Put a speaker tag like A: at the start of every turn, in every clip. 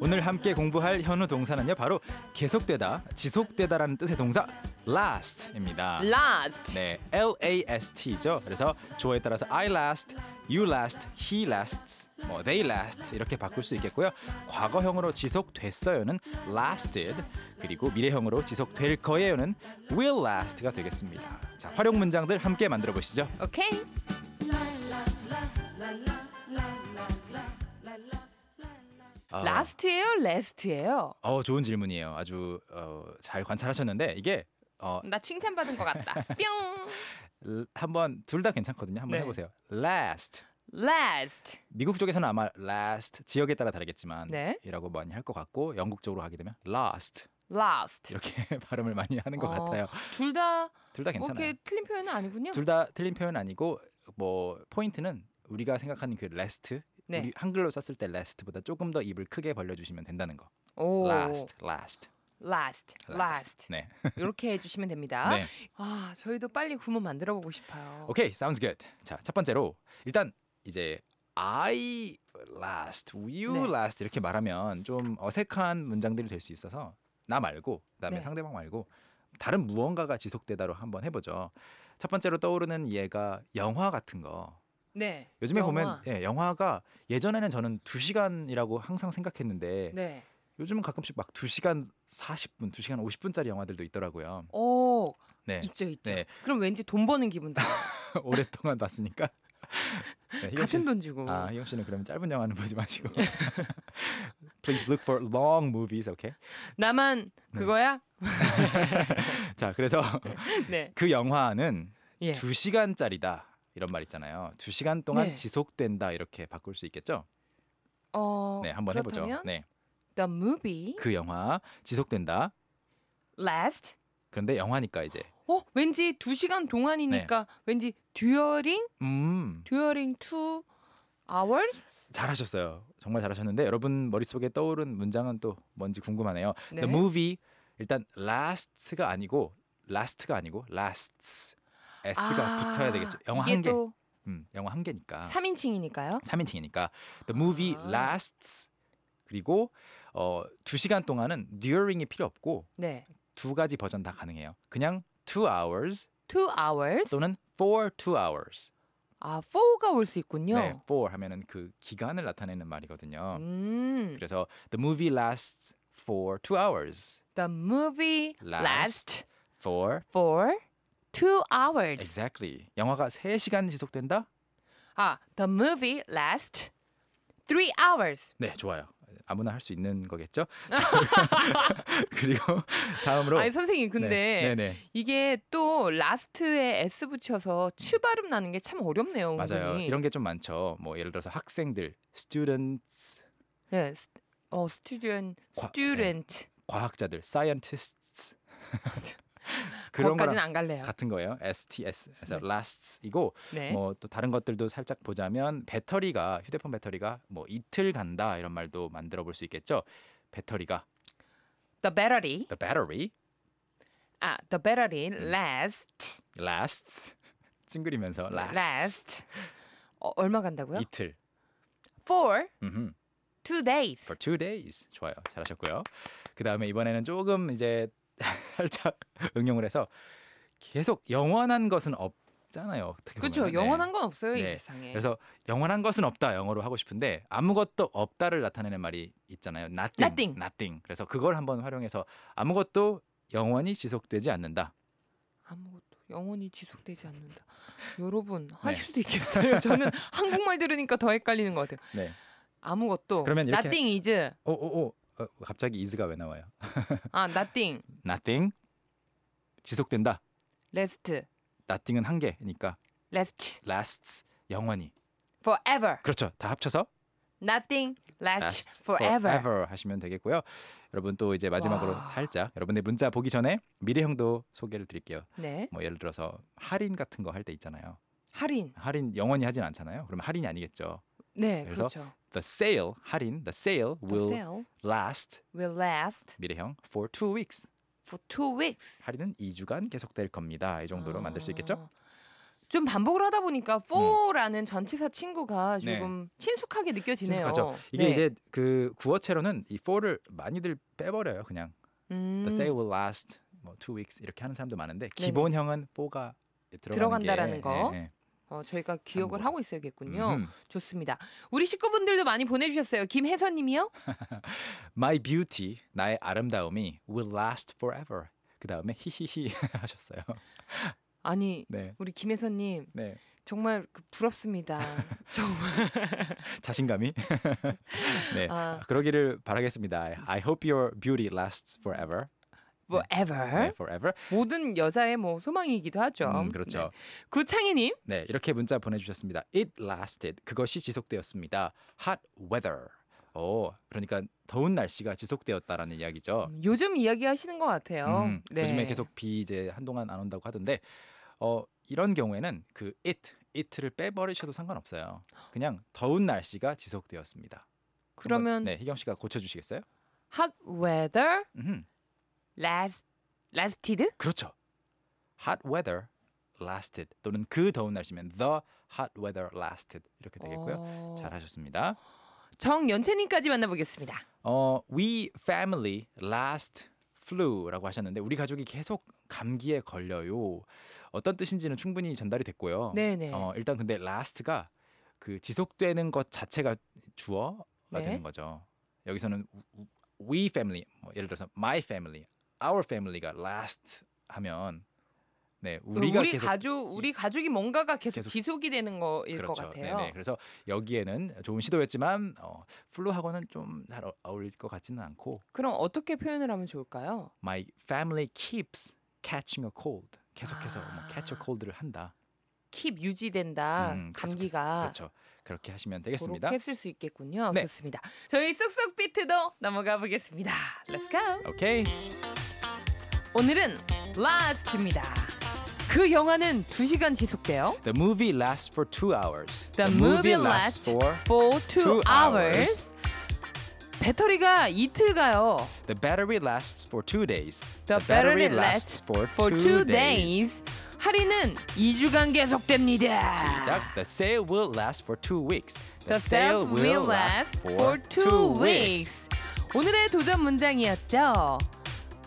A: 오늘 함께 공부할 현우 동사는요 바로 계속되다, 지속되다라는 뜻의 동사 last입니다.
B: Last.
A: 네, L A S T죠. 그래서 주어에 따라서 I last, you last, he lasts, 뭐 they last 이렇게 바꿀 수 있겠고요. 과거형으로 지속됐어요는 lasted, 그리고 미래형으로 지속될 거예요는 will last가 되겠습니다. 자, 활용 문장들 함께 만들어 보시죠.
B: 오케이.
A: 어,
B: Last예요, last예요.
A: 어, 좋은 질문이에요. 아주 어, 잘 관찰하셨는데 이게 어,
B: 나 칭찬받은 것 같다. 뿅.
A: 한번 둘 다 괜찮거든요. 한번
B: 네.
A: 해보세요. last.
B: Last.
A: 미국 쪽에서는 아마 last 지역에 따라 다르겠지만
B: 네.
A: 이라고 많이 할 것 같고 영국 쪽으로 하게 되면 last
B: Last.
A: 이렇게 발음을 많이 하는 것
B: 어, 뭐
A: 같아요.
B: 둘다
A: 둘 다 괜찮아요.
B: 이렇게 틀린 표현은 아니군요.
A: 둘 다 틀린 표현 아니고 뭐 포인트는 우리가 생각하는 그 last
B: 네.
A: 우리 한글로 썼을 때 last보다 조금 더 입을 크게 벌려주시면 된다는 거.
B: 오.
A: last, last,
B: Last. Last.
A: 네,
B: 이렇게 해주시면 됩니다.
A: 네.
B: 아, 저희도 빨리 구문 만들어 보고 싶어요.
A: 오케이, sounds good. 자, 첫 번째로 일단 이제 I last, you
B: 네.
A: last 이렇게 말하면 좀 어색한 문장들이 될 수 있어서 나 말고 그다음에
B: 네.
A: 상대방 말고 다른 무언가가 지속되다로 한번 해보죠. 첫 번째로 떠오르는 예가 영화 같은 거.
B: 네.
A: 요즘에
B: 영화.
A: 보면 예, 영화가 예전에는 저는 2시간이라고 항상 생각했는데
B: 네.
A: 요즘은 가끔씩 막 2시간 40분, 2시간 50분짜리 영화들도 있더라고요.
B: 오,
A: 네.
B: 있죠, 있죠.
A: 네.
B: 그럼 왠지 돈 버는 기분 들
A: 오랫동안 봤으니까. 네, 이거
B: 같은 돈 주고.
A: 아 희영 씨는 그럼 짧은 영화는 보지 마시고
B: 예.
A: please look for long movies, okay?
B: 나만
A: 음.
B: 그거야?
A: 자 그래서
B: 네.
A: 그 영화는
B: 예.
A: 두 시간짜리다 이런 말 있잖아요. 두 시간 동안
B: 네.
A: 지속된다 이렇게 바꿀 수 있겠죠?
B: 어,
A: 네 한번 해보죠.
B: 그렇다면
A: 네 그
B: The movie
A: 영화 지속된다.
B: last.
A: 그런데 영화니까 이제
B: 어, 왠지 두 시간 동안이니까
A: 네.
B: 왠지 듀어링,
A: 음
B: 듀어링 2 hours.
A: 잘하셨어요. 정말 잘하셨는데 여러분 머릿속에 떠오른 문장은 또 뭔지 궁금하네요.
B: 네.
A: The movie 일단 last가 아니고 last가 아니고 lasts s가
B: 아,
A: 붙어야 되겠죠. 영화
B: 이게
A: 한 개.
B: 또
A: 음, 영화 한 개니까.
B: 3인칭이니까요.
A: 3인칭이니까 the movie
B: 아.
A: lasts 그리고 어, 2시간 동안은 during이 필요 없고
B: 네.
A: 두 가지 버전 다 가능해요. 그냥 2 hours
B: 2 hours.
A: 또는 for 2 hours.
B: 아, 4가 올 수 있군요.
A: 네, for 하면은 그 기간을 나타내는 말이거든요.
B: 음.
A: 그래서 the movie lasts for 2 hours.
B: The movie
A: Last.
B: last
A: for
B: for 2 hours.
A: exactly. 영화가 3시간 지속된다?
B: 아, the movie last 3 hours.
A: 네, 좋아요. 아무나 할 수 있는 거겠죠? 그리고 다음으로
B: 아니 선생님 근데
A: 네, 네, 네.
B: 이게 또 라스트에 s 붙여서 츄 발음 나는 게 참 어렵네요.
A: 맞아요.
B: 은근히.
A: 이런 게 좀 많죠. 뭐 예를 들어서 학생들, students,
B: 네. 스- 어, student,
A: 과- 네.
B: student.
A: 과학자들, scientists 그런
B: 거기까지는
A: 거랑
B: 안 갈래요.
A: 같은 거예요. STS 그래서
B: 네.
A: lasts이고
B: 네.
A: 뭐 또 다른 것들도 살짝 보자면 배터리가 휴대폰 배터리가 뭐 이틀 간다 이런 말도 만들어 볼 수 있겠죠. 배터리가
B: The battery.
A: the battery
B: 아, the battery
A: 음.
B: last
A: lasts 찡그리면서
B: 네,
A: lasts,
B: last. 어, 얼마 간다고요?
A: 이틀
B: For
A: 음흠.
B: two days.
A: for two days. 좋아요. 잘하셨고요. 그 다음에 이번에는 조금 이제 살짝 응용을 해서 계속 영원한 것은 없잖아요. 어떻게
B: 그렇죠.
A: 보면은. 네.
B: 영원한 건 없어요, 이
A: 네.
B: 세상에.
A: 그래서 영원한 것은 없다 영어로 하고 싶은데 아무것도 없다를 나타내는 말이 있잖아요. Nothing.
B: Nothing.
A: 그래서 그걸 한번 활용해서 아무것도 영원히 지속되지 않는다.
B: 아무것도 영원히 지속되지 않는다.
A: 네.
B: 여러분 하실 수도 있겠어요. 저는 한국말 들으니까 더 헷갈리는 것 같아요.
A: 네.
B: 아무것도.
A: 그러면 이렇게-
B: nothing is.
A: 오오오. 어, 갑자기 is가 왜 나와요?
B: 아, nothing.
A: Nothing. 지속된다.
B: last.
A: Nothing은 한 개니까
B: last.
A: lasts 영원히.
B: forever.
A: 그렇죠. 다 합쳐서
B: nothing
A: last
B: lasts forever.
A: forever 하시면 되겠고요. 여러분 또 이제 마지막으로
B: 와.
A: 살짝 여러분의 문자 보기 전에 미래형도 소개를 드릴게요.
B: 네.
A: 뭐 예를 들어서 할인 같은 거 할 때 있잖아요.
B: 할인.
A: 할인 영원히 하진 않잖아요. 그럼 할인이 아니겠죠.
B: 네,
A: 그래서
B: 그렇죠.
A: The sale 할인 the sale
B: The
A: will
B: sale
A: last
B: will last
A: 미래형 for two weeks.
B: for two weeks.
A: 할인은 2주간 계속될 겁니다. 이 정도로 만들 수 있겠죠?
B: 아, 좀 반복을 하다 보니까 for라는 전치사 친구가
A: 네.
B: 조금 친숙하게 느껴지네요.
A: 친숙하죠. 이게
B: 네.
A: 이제 그 구어체로는 이 for를 많이들 빼버려요. 그냥
B: 음, 네.
A: the say will last 뭐 two weeks 이렇게 하는 사람도 많은데 기본형은 for가 들어가는
B: 들어간다라는
A: 게,
B: 거.
A: 예, 예.
B: 어, 저희가 기억을
A: 참고로.
B: 하고 있어야겠군요.
A: 음흠.
B: 좋습니다. 우리 식구분들도 많이 보내주셨어요. 김혜선님이요.
A: My beauty 나의 아름다움이 will last forever. 그 다음에 히히히 하셨어요.
B: 아니
A: 네,
B: 우리 김혜선님
A: 네
B: 정말 그 부럽습니다. 정말.
A: 자신감이. 네,
B: 아,
A: 그러기를 바라겠습니다. I hope your beauty lasts forever. 네,
B: forever
A: forever.
B: 뭐 모든 여자의 뭐 소망이기도 하죠.
A: 음, 그렇죠.
B: 네. 구창희님
A: 네, 이렇게 문자 보내주셨습니다. It lasted. 그것이 지속되었습니다. Hot weather. 오, 그러니까 더운 날씨가 지속되었다라는 이야기죠.
B: 음, 요즘 이야기하시는 것 같아요.
A: 어. 음,
B: 네.
A: 요즘에 계속 비 이제 한동안 안 온다고 하던데, 어 이런 경우에는 그 it, it를 빼버리셔도 상관없어요. 그냥 더운 날씨가 지속되었습니다. 한번,
B: 그러면
A: 네, 희경 씨가 고쳐주시겠어요?
B: hot weather
A: 음,
B: last lasted
A: 그렇죠. Hot weather lasted 또는 그 더운 날씨면 the hot weather lasted 이렇게 되겠고요.
B: 어,
A: 잘하셨습니다.
B: 정연채님까지 만나보겠습니다.
A: 어, we family last flu라고 하셨는데 우리 가족이 계속 감기에 걸려요. 어떤 뜻인지는 충분히 전달이 됐고요.
B: 네네.
A: 어, 일단 근데 last가 그 지속되는 것 자체가 주어가
B: 네.
A: 되는 거죠. 여기서는 we family 뭐 예를 들어서 my family, our family가 last 하면 네, 우리가
B: 우리
A: 계속
B: 가족 우리 가족이 뭔가가 계속,
A: 계속-
B: 지속이 되는 거일 것
A: 그렇죠.
B: 같아요.
A: 네네. 그래서 여기에는 좋은 시도였지만 어, 플루하고는 좀 잘 어울릴 것 같지는 않고
B: 그럼 어떻게 표현을 하면 좋을까요?
A: My family keeps catching a cold. 계속해서 뭐
B: 아.
A: catch a cold를 한다.
B: keep 유지된다
A: 음, 계속해서.
B: 감기가
A: 그렇죠. 그렇게 하시면 되겠습니다.
B: 그렇게 쓸 수 있겠군요.
A: 네.
B: 좋습니다. 저희 쏙쏙 비트도 넘어가 보겠습니다. Let's go.
A: 오케이.
B: 오늘은 last입니다. 그 영화는 2시간 지속돼요.
A: The movie lasts for two hours.
B: The movie lasts for
A: two
B: two hours. 배터리가 이틀 가요.
A: The battery lasts for two days.
B: The battery lasts
A: for,
B: for two days. 할인은 2주간 계속됩니다.
A: 시작. The sale will last for two weeks.
B: The sales will last for two weeks. 오늘의 도전 문장이었죠.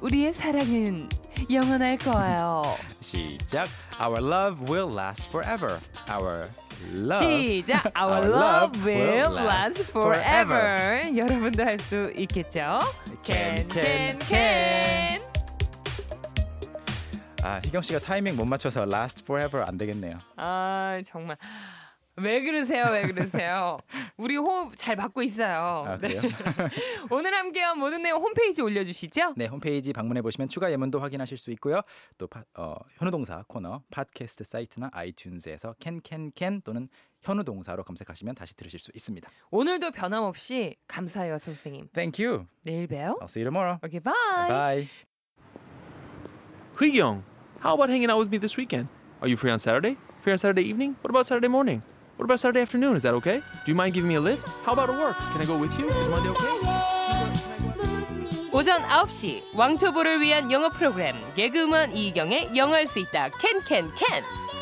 B: 우리의 사랑은 영원할 거예요.
A: 시작. Our love will last forever. Our love
B: 시작. Our love will last forever. 여러분도 할 수 있겠죠?
A: can can can. 아 희경 씨가 타이밍 못 맞춰서 last forever 안 되겠네요.
B: 아 정말 왜 그러세요? 왜 그러세요? 우리 호흡 잘 받고 있어요. 네.
A: 아 그래요?
B: 오늘 함께한 모든 내용 홈페이지 올려주시죠.
A: 네 홈페이지 방문해 보시면 추가 예문도 확인하실 수 있고요. 또 파, 어, 현우동사 코너 팟캐스트 사이트나 아이튠즈에서 캔캔캔 또는 현우동사로 검색하시면 다시 들으실 수 있습니다.
B: 오늘도 변함없이 감사해요, 선생님.
A: Thank you.
B: 내일 봬요.
A: I'll see you tomorrow.
B: Okay, bye.
A: Bye.
C: Young, how about hanging out with me this weekend? Are you free on Saturday? Free on Saturday evening? What about Saturday morning? What about Saturday afternoon? Is that okay? Do you mind giving me a lift? How about at work? Can I go with you? Is Monday okay?
B: 오전 9시 왕초보를 위한 영어 프로그램 개그우먼 이경의 영어할 수 있다 캔캔캔